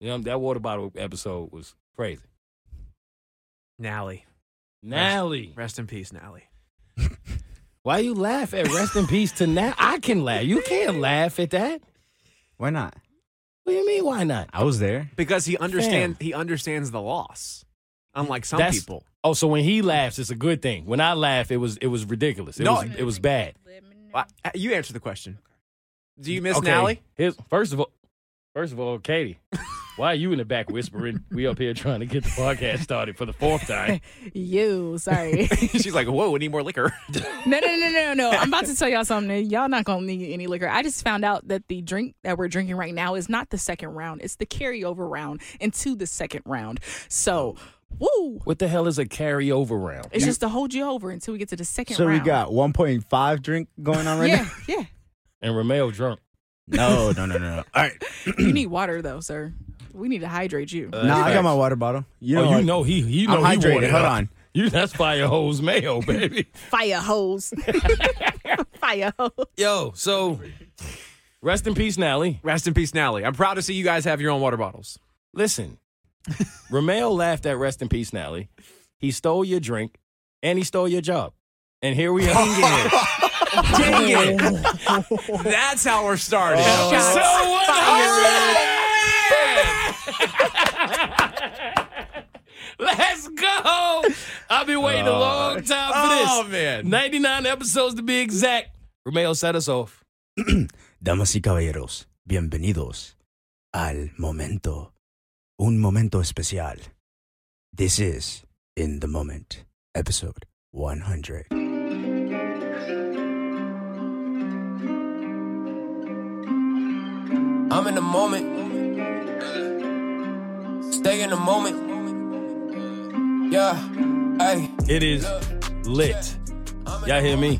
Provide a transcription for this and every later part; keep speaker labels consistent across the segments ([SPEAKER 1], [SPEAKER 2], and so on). [SPEAKER 1] You know, that water bottle episode was crazy.
[SPEAKER 2] Nally.
[SPEAKER 1] Nally.
[SPEAKER 2] Rest in peace, Nally.
[SPEAKER 1] Why you laugh at rest in peace to now? I can laugh. You can't laugh at that.
[SPEAKER 3] Why not?
[SPEAKER 1] What do you mean? Why not?
[SPEAKER 3] I was there.
[SPEAKER 2] Because he understands he understands the loss. Unlike some
[SPEAKER 1] That's-
[SPEAKER 2] people.
[SPEAKER 1] Oh, so when he laughs, it's a good thing. When I laugh, it was it was ridiculous. It
[SPEAKER 2] No.
[SPEAKER 1] was it was bad.
[SPEAKER 2] I- I- uh, you answer the question. Do you miss
[SPEAKER 1] okay.
[SPEAKER 2] Nally?
[SPEAKER 1] Here's, first of all, first of all, Katie, why are you in the back whispering? We up here trying to get the podcast started for the fourth time.
[SPEAKER 4] You, sorry.
[SPEAKER 2] She's like, whoa, we need more liquor.
[SPEAKER 4] no, no, no, no, no. I'm about to tell y'all something. Y'all not gonna need any liquor. I just found out that the drink that we're drinking right now is not the second round. It's the carryover round into the second round. So, woo!
[SPEAKER 1] What the hell is a carryover round?
[SPEAKER 4] It's just to hold you over until we get to the second
[SPEAKER 3] So we
[SPEAKER 4] round.
[SPEAKER 3] got 1.5 drink going on right
[SPEAKER 4] Yeah, yeah.
[SPEAKER 1] and Romeo drunk.
[SPEAKER 3] now. No, no, no, no. no. All right.
[SPEAKER 4] You need water though, sir. We need to hydrate you.
[SPEAKER 3] No, nah, I got my water bottle. You know,
[SPEAKER 1] oh, you
[SPEAKER 3] like-
[SPEAKER 1] know he you
[SPEAKER 3] I'm
[SPEAKER 1] know he
[SPEAKER 3] hydrated.
[SPEAKER 1] wanted
[SPEAKER 3] Hold
[SPEAKER 1] her.
[SPEAKER 3] on.
[SPEAKER 1] You that's fire hose mayo, baby.
[SPEAKER 4] Fire hose. Fire hose.
[SPEAKER 1] Yo, so rest in peace, Nally.
[SPEAKER 2] Rest in peace, Nally. I'm proud to see you guys have your own water bottles.
[SPEAKER 1] Listen, Romeo laughed at rest in peace, Nally. He stole your drink and he stole your job. And here we are.
[SPEAKER 2] Dang it. That's how we're starting.
[SPEAKER 1] So what? Let's go. I've been waiting a long time
[SPEAKER 2] oh,
[SPEAKER 1] for this.
[SPEAKER 2] man.
[SPEAKER 1] 99 episodes to be exact. Romeo set us off.
[SPEAKER 3] Damas y caballeros, bienvenidos al momento. Un momento especial. This is In the Moment, episode 100.
[SPEAKER 5] I'm in the moment. Stay in the moment. Yeah, hey.
[SPEAKER 1] It is lit. Y'all hear me?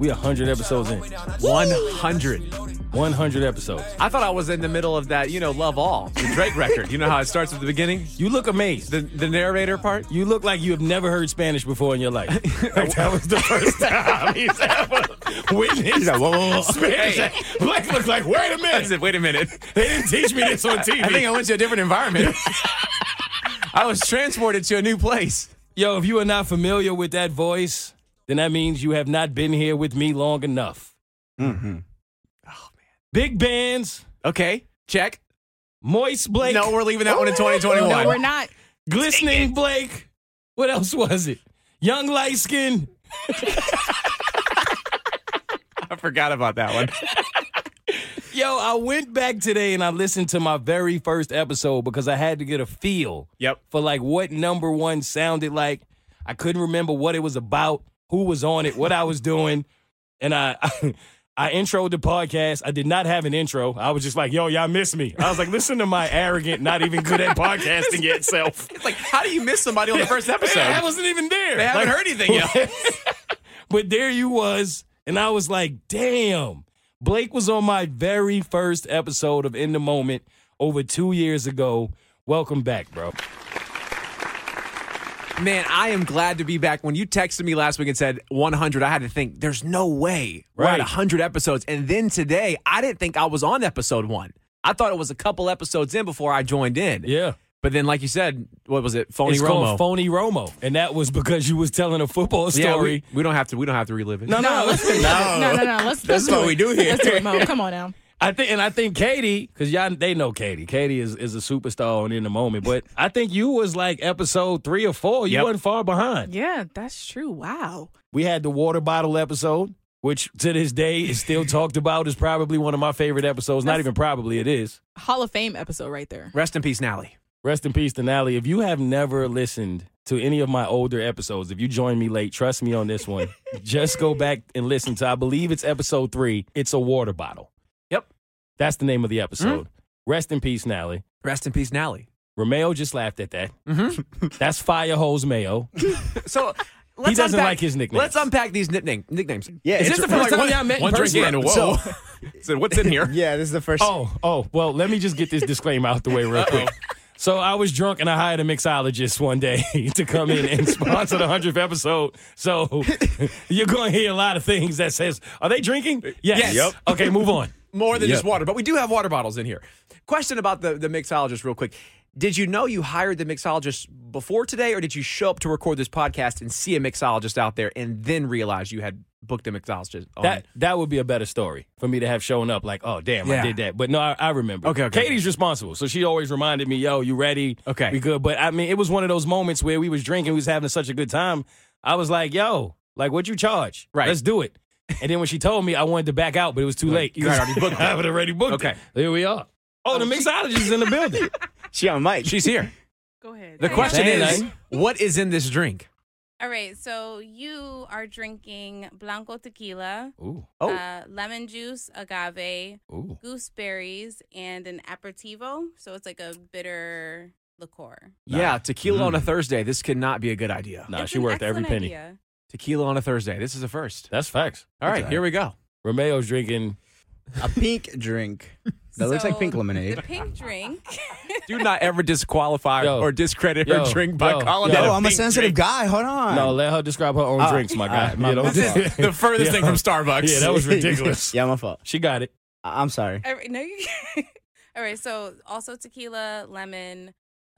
[SPEAKER 1] We 100 episodes in.
[SPEAKER 2] 100.
[SPEAKER 1] 100 episodes.
[SPEAKER 2] I thought I was in the middle of that, you know, Love All, the Drake record. You know how it starts at the beginning?
[SPEAKER 1] You look amazed.
[SPEAKER 2] The, the narrator part?
[SPEAKER 1] You look like you have never heard Spanish before in your life. Like, that was the first time he's ever witnessed
[SPEAKER 3] like, whoa, whoa, whoa.
[SPEAKER 1] Spanish. Blake looks like, wait a
[SPEAKER 2] I
[SPEAKER 1] minute.
[SPEAKER 2] said, wait a minute.
[SPEAKER 1] They didn't teach me this on TV.
[SPEAKER 2] I think I went to a different environment. I was transported to a new place.
[SPEAKER 1] Yo, if you are not familiar with that voice, then that means you have not been here with me long enough. Mm-hmm. Oh, man. Big bands,
[SPEAKER 2] Okay, check.
[SPEAKER 1] Moist Blake,
[SPEAKER 2] no, we're leaving that one in
[SPEAKER 4] No, we're
[SPEAKER 2] 2021.
[SPEAKER 4] not.
[SPEAKER 1] Glistening Blake. What else was it? Young Light Skin.
[SPEAKER 2] I forgot about that one.
[SPEAKER 1] Yo, I went back today and I listened to my very first episode because I had to get a feel
[SPEAKER 2] Yep.
[SPEAKER 1] for like what number one sounded like. I couldn't remember what it was about, who was on it, what I was doing. And I I, introed the podcast. I did not have an intro. I was just like, yo, y'all miss me. I was like, listen to my arrogant, not even good at podcasting yet self.
[SPEAKER 2] It's like, how do you miss somebody on the first
[SPEAKER 1] I
[SPEAKER 2] episode?
[SPEAKER 1] wasn't even there.
[SPEAKER 2] They haven't heard anything yet.
[SPEAKER 1] but there you was, and I was like, damn. Blake was on my very first episode of In the Moment over two years ago. Welcome back, bro.
[SPEAKER 2] Man, I am glad to be back. When you texted me last week and said 100, I had to think, there's no way we're
[SPEAKER 1] Right.
[SPEAKER 2] at 100 episodes. And then today, I didn't think I was on episode one. I thought it was a couple episodes in before I joined in.
[SPEAKER 1] Yeah.
[SPEAKER 2] But then, like you said, what was it? Phony
[SPEAKER 1] it's
[SPEAKER 2] Romo.
[SPEAKER 1] called Phony Romo. And that was because you was telling a football story.
[SPEAKER 2] Yeah, we, we don't have to. We don't have to relive it.
[SPEAKER 1] no, no,
[SPEAKER 4] No, let's no, no, no. Let's, let's
[SPEAKER 3] That's
[SPEAKER 4] do
[SPEAKER 3] what
[SPEAKER 4] it.
[SPEAKER 3] we do here.
[SPEAKER 4] Let's do it, Mo. Come on now.
[SPEAKER 1] I think, and I think Katie, because y'all they know Katie. Katie is, is a superstar and in the moment. But I think you was like episode three or four. You
[SPEAKER 2] Yep.
[SPEAKER 1] wasn't far behind.
[SPEAKER 4] Yeah, that's true. Wow.
[SPEAKER 1] We had the water bottle episode, which to this day is still talked about. Is probably one of my favorite episodes. Not
[SPEAKER 4] That's-
[SPEAKER 1] even probably, it is.
[SPEAKER 4] Hall of Fame episode right there.
[SPEAKER 2] Rest in peace, Nally.
[SPEAKER 1] Rest in peace, Denali. If you have never listened to any of my older episodes, if you joined me late, trust me on this one. Just go back and listen to, I believe it's episode three. It's a water bottle.
[SPEAKER 2] Yep.
[SPEAKER 1] That's the name of the episode. Rest in peace, Nally.
[SPEAKER 2] Rest in peace, Nally.
[SPEAKER 1] Romeo just laughed at that.
[SPEAKER 2] Mhm.
[SPEAKER 1] That's Fire Hose Mayo.
[SPEAKER 2] So let's
[SPEAKER 1] doesn't
[SPEAKER 2] unpack,
[SPEAKER 1] like his nicknames.
[SPEAKER 2] Let's unpack these nickname, nicknames.
[SPEAKER 3] Yeah,
[SPEAKER 1] Is this
[SPEAKER 3] it's-
[SPEAKER 1] the first time y'all met in
[SPEAKER 6] One drink
[SPEAKER 1] person?
[SPEAKER 6] in. Whoa. So what's in here?
[SPEAKER 3] Yeah, this is the first.
[SPEAKER 1] Oh, oh, well, let me just get this disclaimer out the way real quick. So I was drunk and I hired a mixologist one day to come in and sponsor the 100th episode. So you're going to hear a lot of things that says, are they drinking? Yes.
[SPEAKER 2] Yes. Yep.
[SPEAKER 1] Okay, move on.
[SPEAKER 2] More than just water, but we do have water bottles in here. Question about the, the mixologist, real quick. Did you know you hired the mixologist before today, or did you show up to record this podcast and see a mixologist out there and then realize you had booked a mixologist? On?
[SPEAKER 1] That that would be a better story for me to have shown up like, oh damn, I
[SPEAKER 2] Yeah.
[SPEAKER 1] did that. But no, I, I remember.
[SPEAKER 2] Okay, okay,
[SPEAKER 1] Katie's responsible, so she always reminded me, yo, you ready?
[SPEAKER 2] Okay.
[SPEAKER 1] we good. But I mean, it was one of those moments where we was drinking, we was having such a good time. I was like, yo, like what you charge?
[SPEAKER 2] Right.
[SPEAKER 1] let's do it. And then when she told me, I wanted to back out, but it was too late.
[SPEAKER 2] you had already booked it.
[SPEAKER 1] I had already booked.
[SPEAKER 2] Okay.
[SPEAKER 1] it. there we are. Oh, the mixologist is in the building.
[SPEAKER 3] She on mic.
[SPEAKER 2] She's here.
[SPEAKER 4] Go ahead.
[SPEAKER 2] The question
[SPEAKER 1] Hey,
[SPEAKER 2] is,
[SPEAKER 1] Nally.
[SPEAKER 2] what is in this drink?
[SPEAKER 7] All right, so you are drinking Blanco tequila,
[SPEAKER 1] Ooh,
[SPEAKER 2] Oh.
[SPEAKER 7] uh, lemon juice, agave,
[SPEAKER 1] ooh,
[SPEAKER 7] gooseberries, and an aperitivo. So it's like a bitter liqueur.
[SPEAKER 2] Yeah, tequila on a Thursday. This could not be a good idea.
[SPEAKER 1] nah,
[SPEAKER 7] It's
[SPEAKER 1] she
[SPEAKER 7] an
[SPEAKER 1] worth every
[SPEAKER 7] excellent
[SPEAKER 1] penny.
[SPEAKER 7] idea.
[SPEAKER 2] Tequila on a Thursday. This is a first.
[SPEAKER 1] That's facts.
[SPEAKER 2] All right, here we go.
[SPEAKER 1] Romeo's drinking.
[SPEAKER 3] a pink drink that looks like
[SPEAKER 7] So
[SPEAKER 3] pink lemonade.
[SPEAKER 7] The pink drink.
[SPEAKER 2] Do not ever disqualify
[SPEAKER 1] Yo.
[SPEAKER 2] or discredit
[SPEAKER 1] Yo.
[SPEAKER 2] her drink by
[SPEAKER 1] Yo.
[SPEAKER 2] calling
[SPEAKER 1] Yo.
[SPEAKER 2] it
[SPEAKER 3] No,
[SPEAKER 2] a
[SPEAKER 3] I'm a
[SPEAKER 2] pink
[SPEAKER 3] sensitive
[SPEAKER 2] drink.
[SPEAKER 3] guy. Hold on.
[SPEAKER 1] No, let her describe her own
[SPEAKER 3] Ah,
[SPEAKER 1] drinks, my guy.
[SPEAKER 3] alright, my-
[SPEAKER 1] You know,
[SPEAKER 3] my fault.
[SPEAKER 2] The furthest thing from Starbucks.
[SPEAKER 1] yeah, that was ridiculous.
[SPEAKER 3] yeah, my fault.
[SPEAKER 1] She got it.
[SPEAKER 3] I- I'm sorry.
[SPEAKER 7] All right, no, you. All right, so also tequila, lemon,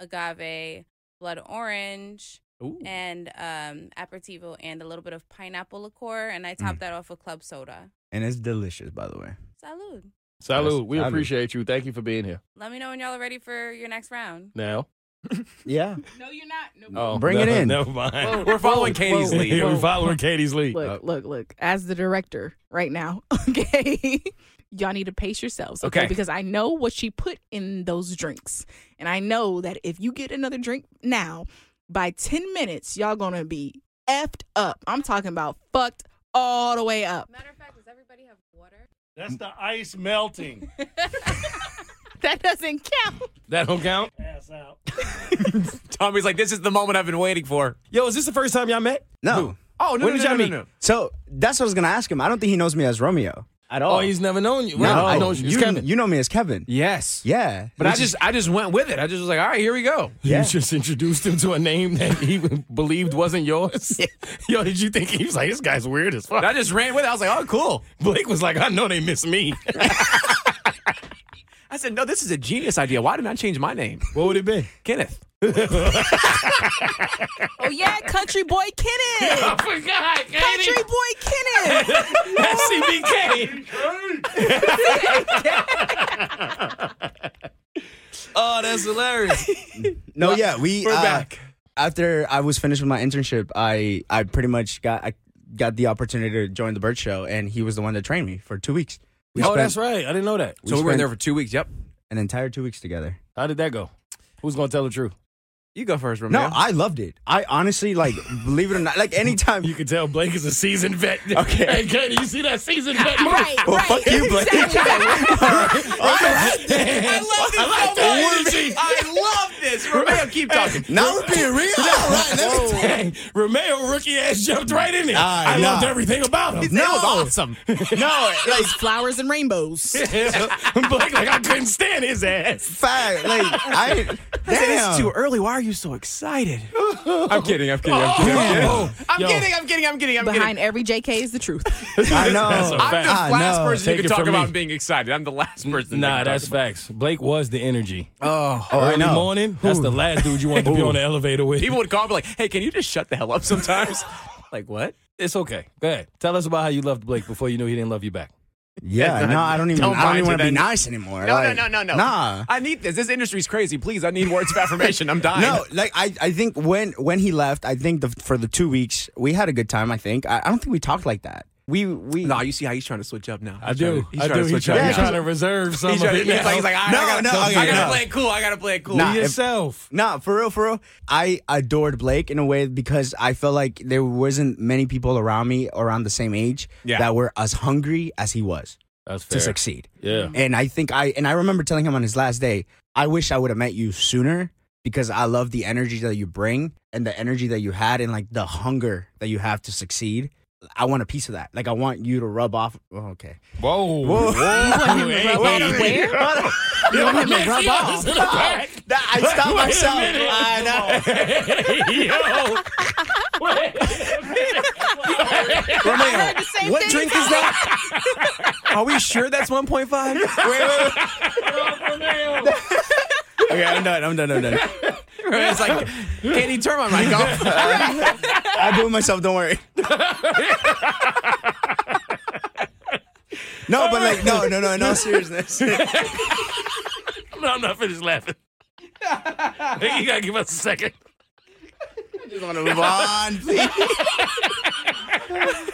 [SPEAKER 7] agave, blood orange,
[SPEAKER 2] Ooh.
[SPEAKER 7] and um, aperitivo, and a little bit of pineapple liqueur, and I
[SPEAKER 1] Mm.
[SPEAKER 7] topped that off with club soda.
[SPEAKER 3] And it's delicious, by the way.
[SPEAKER 7] Salud.
[SPEAKER 1] Salud. We
[SPEAKER 3] Salud.
[SPEAKER 1] appreciate you. Thank you for being here.
[SPEAKER 7] Let me know when y'all are ready for your next round.
[SPEAKER 1] Now,
[SPEAKER 3] Yeah.
[SPEAKER 4] No, you're not.
[SPEAKER 1] oh,
[SPEAKER 3] Bring it
[SPEAKER 1] no,
[SPEAKER 3] in.
[SPEAKER 1] Never mind.
[SPEAKER 2] We're following Katie's
[SPEAKER 4] whoa,
[SPEAKER 2] lead.
[SPEAKER 1] Yeah,
[SPEAKER 4] whoa.
[SPEAKER 1] We're following Katie's lead. Uh,
[SPEAKER 4] Look, look, look. As the director right now, okay, y'all need to pace yourselves, okay?
[SPEAKER 2] Okay.
[SPEAKER 4] Because I know what she put in those drinks, and I know that if you get another drink now, by ten minutes, y'all gonna be effed up. I'm talking about fucked all the way up.
[SPEAKER 7] Matter of fact, does everybody have water?
[SPEAKER 1] That's the ice melting.
[SPEAKER 4] That doesn't count.
[SPEAKER 1] that don't count.
[SPEAKER 2] Tommy's like, this is the moment I've been waiting for.
[SPEAKER 1] Yo, is this the first time y'all met?
[SPEAKER 3] No.
[SPEAKER 2] Oh, no,
[SPEAKER 1] When did
[SPEAKER 2] no, no,
[SPEAKER 1] y'all
[SPEAKER 2] no,
[SPEAKER 1] meet?
[SPEAKER 2] no, no.
[SPEAKER 3] So that's what I was gonna ask him. I don't think he knows me as Romeo at all.
[SPEAKER 1] Oh, he's never known you.
[SPEAKER 3] no.
[SPEAKER 1] Well,
[SPEAKER 3] I
[SPEAKER 1] I know
[SPEAKER 3] don't.
[SPEAKER 1] it's
[SPEAKER 3] You,
[SPEAKER 1] Kevin.
[SPEAKER 3] you know me as Kevin.
[SPEAKER 2] Yes.
[SPEAKER 3] Yeah.
[SPEAKER 2] But I just, I just went with it. I just was like, all right, here we go.
[SPEAKER 1] You just introduced him to a name that he believed wasn't yours. Yo, did you think he was like, this guy's weird as
[SPEAKER 2] And I
[SPEAKER 1] fuck?
[SPEAKER 2] just ran with it. I was like, oh, cool.
[SPEAKER 1] Blake was like, I know they miss me.
[SPEAKER 2] I said, no, this is a genius idea. Why didn't I change my name?
[SPEAKER 1] what would it be?
[SPEAKER 2] Kenneth.
[SPEAKER 4] Oh yeah, country boy Kenneth.
[SPEAKER 1] I forgot,
[SPEAKER 4] Country boy Kenneth.
[SPEAKER 1] SCBK.
[SPEAKER 2] Oh, that's hilarious.
[SPEAKER 3] no. Yeah. We
[SPEAKER 2] We're
[SPEAKER 1] Ah,
[SPEAKER 3] uh,
[SPEAKER 2] back.
[SPEAKER 3] after I was finished with my internship. I I pretty much got I got the opportunity to join the Bird Show, and he was the one that trained me for two weeks. We
[SPEAKER 1] Oh,
[SPEAKER 3] spent
[SPEAKER 1] that's right. I didn't know that.
[SPEAKER 2] So we were in
[SPEAKER 3] spent-
[SPEAKER 2] there for two weeks. Yep.
[SPEAKER 3] An entire two weeks together.
[SPEAKER 1] How did that go? Who's gonna tell the truth?
[SPEAKER 2] You go first,
[SPEAKER 3] No,
[SPEAKER 2] Romeo.
[SPEAKER 3] I loved it. I honestly like, believe it or not, like anytime.
[SPEAKER 1] You can tell Blake is a seasoned vet.
[SPEAKER 3] Okay.
[SPEAKER 1] Hey, Katie, you see that seasoned vet move?
[SPEAKER 4] right,
[SPEAKER 3] Well,
[SPEAKER 4] right.
[SPEAKER 3] fuck you, Blake.
[SPEAKER 1] I love this. I like that energy.
[SPEAKER 2] I love this. Romeo, keep talking.
[SPEAKER 3] Now we're being real. All right, let's-
[SPEAKER 1] Hey, Romeo rookie ass jumped right in there.
[SPEAKER 3] Ah,
[SPEAKER 1] I
[SPEAKER 3] nah.
[SPEAKER 1] loved everything about him.
[SPEAKER 3] No.
[SPEAKER 2] awesome.
[SPEAKER 3] No, like
[SPEAKER 4] Flowers and rainbows.
[SPEAKER 1] Blake, like I couldn't stand his ass.
[SPEAKER 3] fact, like I.
[SPEAKER 2] It's too
[SPEAKER 3] Damn.
[SPEAKER 2] early. Why are you so excited? I'm kidding. I'm kidding. I'm kidding.
[SPEAKER 1] Oh,
[SPEAKER 2] I'm
[SPEAKER 1] yo,
[SPEAKER 2] kidding. I'm kidding. I'm kidding. I'm kidding.
[SPEAKER 4] Behind every JK is the truth.
[SPEAKER 3] I know.
[SPEAKER 1] That's a
[SPEAKER 2] I'm the
[SPEAKER 1] fact.
[SPEAKER 3] I
[SPEAKER 2] last
[SPEAKER 3] know.
[SPEAKER 2] person
[SPEAKER 1] Take
[SPEAKER 2] you
[SPEAKER 1] it
[SPEAKER 2] can talk
[SPEAKER 1] from
[SPEAKER 2] about
[SPEAKER 1] me.
[SPEAKER 2] being excited. I'm the last person.
[SPEAKER 1] Nah,
[SPEAKER 2] they can
[SPEAKER 1] that's
[SPEAKER 2] talk about.
[SPEAKER 1] facts. Blake was the energy.
[SPEAKER 3] Oh, oh I
[SPEAKER 1] Early
[SPEAKER 3] know.
[SPEAKER 1] morning, that's the last dude you wanted to be
[SPEAKER 3] Ooh.
[SPEAKER 1] on the elevator with.
[SPEAKER 2] People would call me like, "Hey, can you just shut the hell up sometimes?" like, what?
[SPEAKER 1] It's okay. Go ahead. Tell us about how you loved Blake before you knew he didn't love you back.
[SPEAKER 3] Yeah, no, I don't even.
[SPEAKER 2] Don't
[SPEAKER 3] I don't
[SPEAKER 2] mind
[SPEAKER 3] even want
[SPEAKER 2] it
[SPEAKER 3] to be
[SPEAKER 2] then.
[SPEAKER 3] nice anymore.
[SPEAKER 2] No,
[SPEAKER 3] Like,
[SPEAKER 2] no, no, no, no.
[SPEAKER 3] Nah.
[SPEAKER 2] I need this. This industry's crazy. Please, I need words of affirmation. I'm dying.
[SPEAKER 3] No, like I, I think when when he left, I think the, for the two weeks we had a good time. I think I, I don't think we talked like that. We we
[SPEAKER 2] No, you see how he's trying to switch up now.
[SPEAKER 1] I do.
[SPEAKER 2] He's
[SPEAKER 1] I
[SPEAKER 2] trying
[SPEAKER 1] do.
[SPEAKER 2] to
[SPEAKER 1] He's
[SPEAKER 2] switch
[SPEAKER 1] trying,
[SPEAKER 2] up.
[SPEAKER 3] Yeah.
[SPEAKER 1] he's trying to reserve some
[SPEAKER 2] He's,
[SPEAKER 1] of
[SPEAKER 2] trying,
[SPEAKER 1] it.
[SPEAKER 2] he's like,
[SPEAKER 1] now.
[SPEAKER 2] he's like, I,
[SPEAKER 3] No,
[SPEAKER 2] I gotta,
[SPEAKER 3] no,
[SPEAKER 2] I
[SPEAKER 3] okay,
[SPEAKER 2] gotta
[SPEAKER 3] no.
[SPEAKER 2] play it cool. I gotta play it cool.
[SPEAKER 3] Nah,
[SPEAKER 1] Be
[SPEAKER 3] if-
[SPEAKER 1] yourself.
[SPEAKER 3] Nah, for real, for real. I adored Blake in a way because I felt like there wasn't many people around me around the same age
[SPEAKER 2] Yeah.
[SPEAKER 3] that were as hungry as he was
[SPEAKER 1] That's
[SPEAKER 3] to succeed.
[SPEAKER 1] Yeah.
[SPEAKER 3] And I think I and I remember telling him on his last day, I wish I would have met you sooner because I love the energy that you bring and the energy that you had and like the hunger that you have to succeed. I want a piece of that. Like I want you to rub off. Oh, okay.
[SPEAKER 1] Whoa. Whoa.
[SPEAKER 4] want him to
[SPEAKER 1] Hey,
[SPEAKER 4] rub
[SPEAKER 1] wait
[SPEAKER 4] off
[SPEAKER 1] a
[SPEAKER 4] where?
[SPEAKER 1] minute.
[SPEAKER 3] You want him to rub
[SPEAKER 1] Yo,
[SPEAKER 3] off?
[SPEAKER 1] this is a fact.
[SPEAKER 3] That- I stopped
[SPEAKER 1] Wait a
[SPEAKER 3] myself.
[SPEAKER 1] minute.
[SPEAKER 3] I know.
[SPEAKER 1] Yo. Wait a minute.
[SPEAKER 2] Romeo,
[SPEAKER 4] the same
[SPEAKER 2] what
[SPEAKER 4] thing.
[SPEAKER 2] drink is that? Are we sure that's 1.5?
[SPEAKER 3] Okay, I'm done. I'm done. I'm done.
[SPEAKER 2] It's like, can he turn my mic off?
[SPEAKER 3] I do it myself. Don't worry. no, but like, no, no, no, no seriousness.
[SPEAKER 1] I'm not- I'm not finished laughing. Hey, you gotta give us a second.
[SPEAKER 3] Move on, please.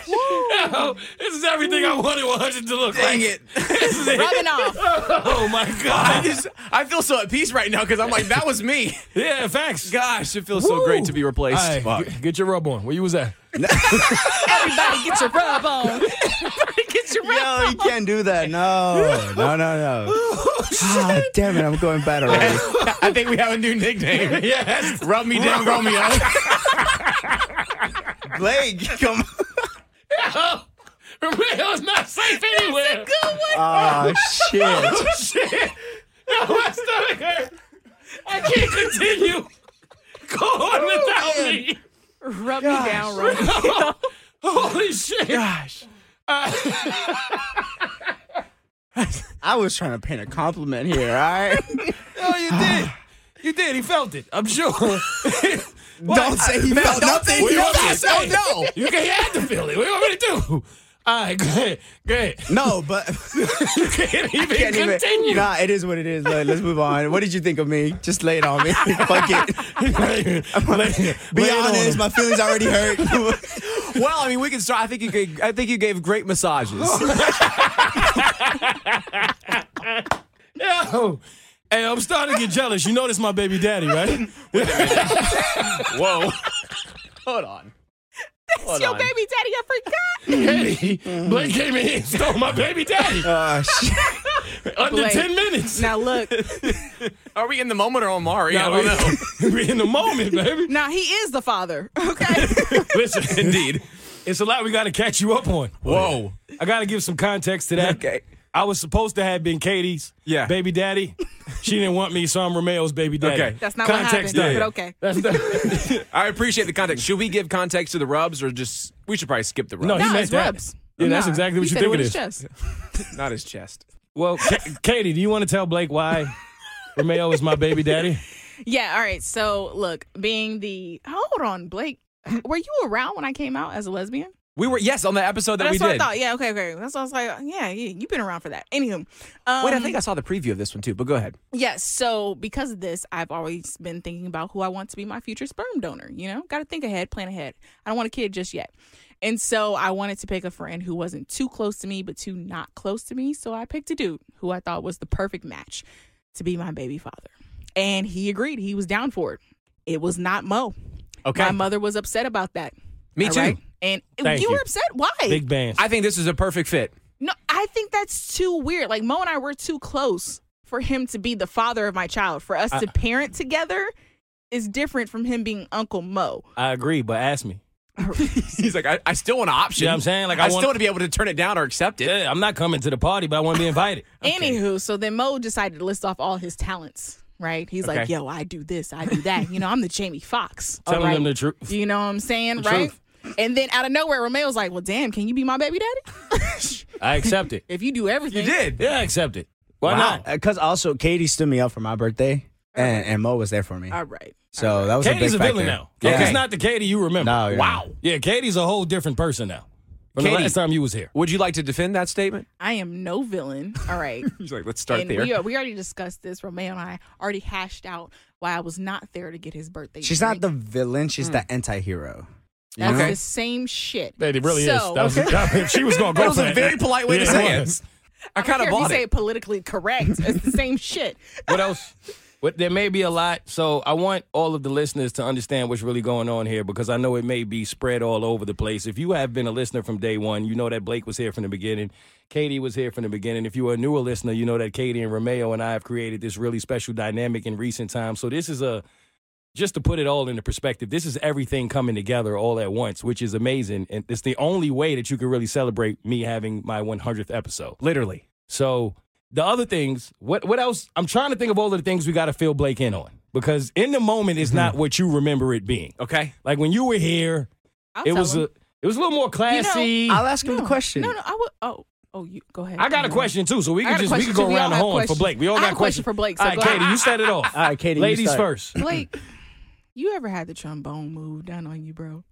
[SPEAKER 1] Yo, this is everything I wanted 100 to look like.
[SPEAKER 3] Dang it.
[SPEAKER 1] This is it.
[SPEAKER 4] Rubbing off.
[SPEAKER 1] Oh my
[SPEAKER 2] I
[SPEAKER 1] god.
[SPEAKER 2] just, I feel so at peace right now because I'm like, that was me.
[SPEAKER 1] yeah, facts.
[SPEAKER 2] Gosh, it feels so great to be replaced.
[SPEAKER 1] All right,
[SPEAKER 2] Fuck.
[SPEAKER 1] g- Get your rub on. Where you was at?
[SPEAKER 4] Everybody get your rub on.
[SPEAKER 3] Yo, you can't do that. No, no, no, no. Ah, damn it, I'm going bad already.
[SPEAKER 2] I think we have a new nickname.
[SPEAKER 1] yes.
[SPEAKER 2] Rub me down, Romeo.
[SPEAKER 3] Blake, come.
[SPEAKER 1] Romeo's not safe anywhere.
[SPEAKER 3] Oh shit.
[SPEAKER 1] Oh, shit. Yo, my stomach hurt. I can't continue. Go
[SPEAKER 2] Oh,
[SPEAKER 1] on without me.
[SPEAKER 4] Rub me down, rub me
[SPEAKER 1] Holy shit.
[SPEAKER 2] Gosh.
[SPEAKER 3] I was trying to paint a compliment here. All right.
[SPEAKER 1] Oh, you did. You did. He felt it. I'm sure.
[SPEAKER 3] Don't say he felt nothing.
[SPEAKER 1] What do you want me to
[SPEAKER 3] Don't
[SPEAKER 1] say?
[SPEAKER 3] no.
[SPEAKER 1] Oh, You can have to feel it. What do you want me to do? All right, go ahead. Go ahead.
[SPEAKER 3] No, but
[SPEAKER 1] You can't even
[SPEAKER 3] can't even-
[SPEAKER 1] continue.
[SPEAKER 3] Nah, it is what it is. Look, let's move on. What did you think of me? Just lay it on me. Fuck it. Be honest, my feelings already hurt.
[SPEAKER 2] Well, I mean, we can start. I think you gave, I think you gave great massages.
[SPEAKER 1] Yo. Hey, I'm starting to get jealous. You know this my baby daddy, right?
[SPEAKER 2] Whoa. Hold on. Hold
[SPEAKER 4] It's your
[SPEAKER 2] on.
[SPEAKER 4] baby daddy. I forgot.
[SPEAKER 1] Hey, Blake came in here and stole my baby daddy
[SPEAKER 3] Uh, shit.
[SPEAKER 1] under
[SPEAKER 4] Blake.
[SPEAKER 1] 10 minutes.
[SPEAKER 4] Now look,
[SPEAKER 2] Are we in the moment or Omari?
[SPEAKER 1] Nah,
[SPEAKER 2] I don't know.
[SPEAKER 1] we, we in the moment, baby.
[SPEAKER 4] now he is the father. Okay.
[SPEAKER 1] Listen, indeed. It's a lot we got to catch you up on.
[SPEAKER 2] Whoa.
[SPEAKER 1] I got to give some context to that.
[SPEAKER 2] Okay.
[SPEAKER 1] I was supposed to have been Katie's
[SPEAKER 2] Yeah.
[SPEAKER 1] baby daddy. She didn't want me, so I'm Romeo's baby daddy.
[SPEAKER 2] Okay.
[SPEAKER 4] That's not
[SPEAKER 1] Context
[SPEAKER 4] what happened.
[SPEAKER 1] done.
[SPEAKER 4] But okay.
[SPEAKER 1] That's the,
[SPEAKER 2] I appreciate the context. Should we give context to the rubs or just we should probably skip the rubs?
[SPEAKER 1] No, he
[SPEAKER 4] No,
[SPEAKER 1] meant
[SPEAKER 4] it's
[SPEAKER 1] that.
[SPEAKER 4] rubs.
[SPEAKER 1] Yeah, that's
[SPEAKER 4] Nah,
[SPEAKER 1] exactly what you
[SPEAKER 4] he said
[SPEAKER 1] think
[SPEAKER 4] with
[SPEAKER 1] it
[SPEAKER 4] his
[SPEAKER 1] is.
[SPEAKER 4] chest.
[SPEAKER 2] not his chest.
[SPEAKER 1] Well, Ka- Katie, do you want to tell Blake why Romeo is my baby daddy?
[SPEAKER 4] Yeah, all right. So look, being the hold on, Blake, were you around when I came out as a lesbian?
[SPEAKER 2] We were yes on the episode that
[SPEAKER 4] That's
[SPEAKER 2] we
[SPEAKER 4] what
[SPEAKER 2] did.
[SPEAKER 4] I thought. Yeah, okay, okay. That's what I was like. Yeah, yeah, you've been around for that. Anywho, um,
[SPEAKER 2] Wait, I think I saw the preview of this one too. But go ahead.
[SPEAKER 4] Yes. So because of this, I've always been thinking about who I want to be my future sperm donor. You know, got to think ahead, plan ahead. I don't want a kid just yet. And so I wanted to pick a friend who wasn't too close to me, but too not close to me. So I picked a dude who I thought was the perfect match to be my baby father. And he agreed. He was down for it. It was not Mo.
[SPEAKER 2] Okay.
[SPEAKER 4] My mother was upset about that.
[SPEAKER 2] Me
[SPEAKER 4] All
[SPEAKER 2] too.
[SPEAKER 4] right? And
[SPEAKER 1] Thank
[SPEAKER 4] you, were
[SPEAKER 1] you.
[SPEAKER 4] upset? Why?
[SPEAKER 1] Big bands.
[SPEAKER 2] I think this is a perfect fit.
[SPEAKER 4] No, I think that's too weird. Like Mo and I were too close for him to be the father of my child. For us to parent together is different from him being Uncle Mo.
[SPEAKER 1] I agree, but ask me.
[SPEAKER 2] He's like, I, I still want an option.
[SPEAKER 1] You know what I'm saying? Like,
[SPEAKER 2] I,
[SPEAKER 1] I
[SPEAKER 2] still
[SPEAKER 1] want-
[SPEAKER 2] want to be able to turn it down or accept it.
[SPEAKER 1] Yeah, I'm not coming to the party, but I want to be invited.
[SPEAKER 4] Anywho, so then Mo decided to list off all his talents. Right? He's like,
[SPEAKER 2] Okay.
[SPEAKER 4] yo, I do this, I do that. You know, I'm the Jamie Foxx.
[SPEAKER 1] Telling
[SPEAKER 4] alright?
[SPEAKER 1] him the truth.
[SPEAKER 4] You know what I'm saying?
[SPEAKER 1] The
[SPEAKER 4] right?
[SPEAKER 1] truth.
[SPEAKER 4] And then out of nowhere, Romeo's like, well, damn, can you be my baby daddy?
[SPEAKER 1] I accept it.
[SPEAKER 4] if you do everything.
[SPEAKER 1] Yeah, I accept it. Why not?
[SPEAKER 3] Because Uh, also, Katie stood me up for my birthday, and, and Mo was there for me.
[SPEAKER 4] All right.
[SPEAKER 3] So that was
[SPEAKER 1] Katie's
[SPEAKER 3] a
[SPEAKER 1] a
[SPEAKER 3] big
[SPEAKER 1] villain
[SPEAKER 3] factor.
[SPEAKER 1] now.
[SPEAKER 3] Yeah.
[SPEAKER 1] Katie's not the Katie you remember.
[SPEAKER 3] No, yeah.
[SPEAKER 1] Wow. Yeah, Katie's a whole different person now. From the
[SPEAKER 2] Katie.
[SPEAKER 1] last time you was here.
[SPEAKER 2] Would you like to defend that statement?
[SPEAKER 4] I am no villain. All right.
[SPEAKER 2] He's like, let's start
[SPEAKER 4] and
[SPEAKER 2] there.
[SPEAKER 4] We, we already discussed this. Romeo and I already hashed out why I was not there to get his birthday.
[SPEAKER 3] She's
[SPEAKER 4] drink.
[SPEAKER 3] not the villain. She's
[SPEAKER 2] Hmm.
[SPEAKER 3] the anti-hero. you
[SPEAKER 4] That's
[SPEAKER 3] know?
[SPEAKER 4] the same shit.
[SPEAKER 1] That it really
[SPEAKER 4] so,
[SPEAKER 1] is. That was that- she was gonna go.
[SPEAKER 2] that was
[SPEAKER 1] for
[SPEAKER 2] a very polite way to
[SPEAKER 1] Yeah,
[SPEAKER 2] say
[SPEAKER 1] was.
[SPEAKER 2] it. I
[SPEAKER 4] I don't
[SPEAKER 2] kind of
[SPEAKER 4] care if you
[SPEAKER 2] bought
[SPEAKER 4] say
[SPEAKER 2] it.
[SPEAKER 4] it politically correct. It's the same shit.
[SPEAKER 1] What else? What, there may be a lot, so I want all of the listeners to understand what's really going on here because I know it may be spread all over the place. If you have been a listener from day one, you know that Blake was here from the beginning, Katie was here from the beginning. If you are a newer listener, you know that Katie and Romeo and I have created this really special dynamic in recent times. So this is a just to put it all into perspective, this is everything coming together all at once, which is amazing, and it's the only way that you can really celebrate me having my 100th episode.
[SPEAKER 2] Literally.
[SPEAKER 1] So the other things, what what else? I'm trying to think of all of the things we got to fill Blake in on because in the moment
[SPEAKER 3] Mm-hmm.
[SPEAKER 1] it's not what you remember it being.
[SPEAKER 2] Okay.
[SPEAKER 1] Like when you were here,
[SPEAKER 4] I'll
[SPEAKER 1] it
[SPEAKER 4] tell
[SPEAKER 1] was
[SPEAKER 4] him.
[SPEAKER 1] a it was a little more classy.
[SPEAKER 3] I'll ask him the
[SPEAKER 4] No,
[SPEAKER 3] question.
[SPEAKER 4] No, no, I would. Oh, oh, you go ahead.
[SPEAKER 1] I got a
[SPEAKER 4] Go ahead.
[SPEAKER 1] question too, so we
[SPEAKER 4] I
[SPEAKER 1] can
[SPEAKER 4] got a
[SPEAKER 1] just we
[SPEAKER 4] question
[SPEAKER 1] can go
[SPEAKER 4] too. We all
[SPEAKER 1] around the
[SPEAKER 4] got
[SPEAKER 1] horn for
[SPEAKER 4] questions.
[SPEAKER 1] Blake. We all
[SPEAKER 4] I
[SPEAKER 1] got
[SPEAKER 4] have a question
[SPEAKER 1] questions
[SPEAKER 4] for Blake, so
[SPEAKER 1] all right,
[SPEAKER 4] go ahead.
[SPEAKER 1] Katie, you set it off.
[SPEAKER 3] All right, Katie. you
[SPEAKER 1] Ladies
[SPEAKER 3] start.
[SPEAKER 1] first.
[SPEAKER 4] Blake, you ever had the trombone move done on you, bro?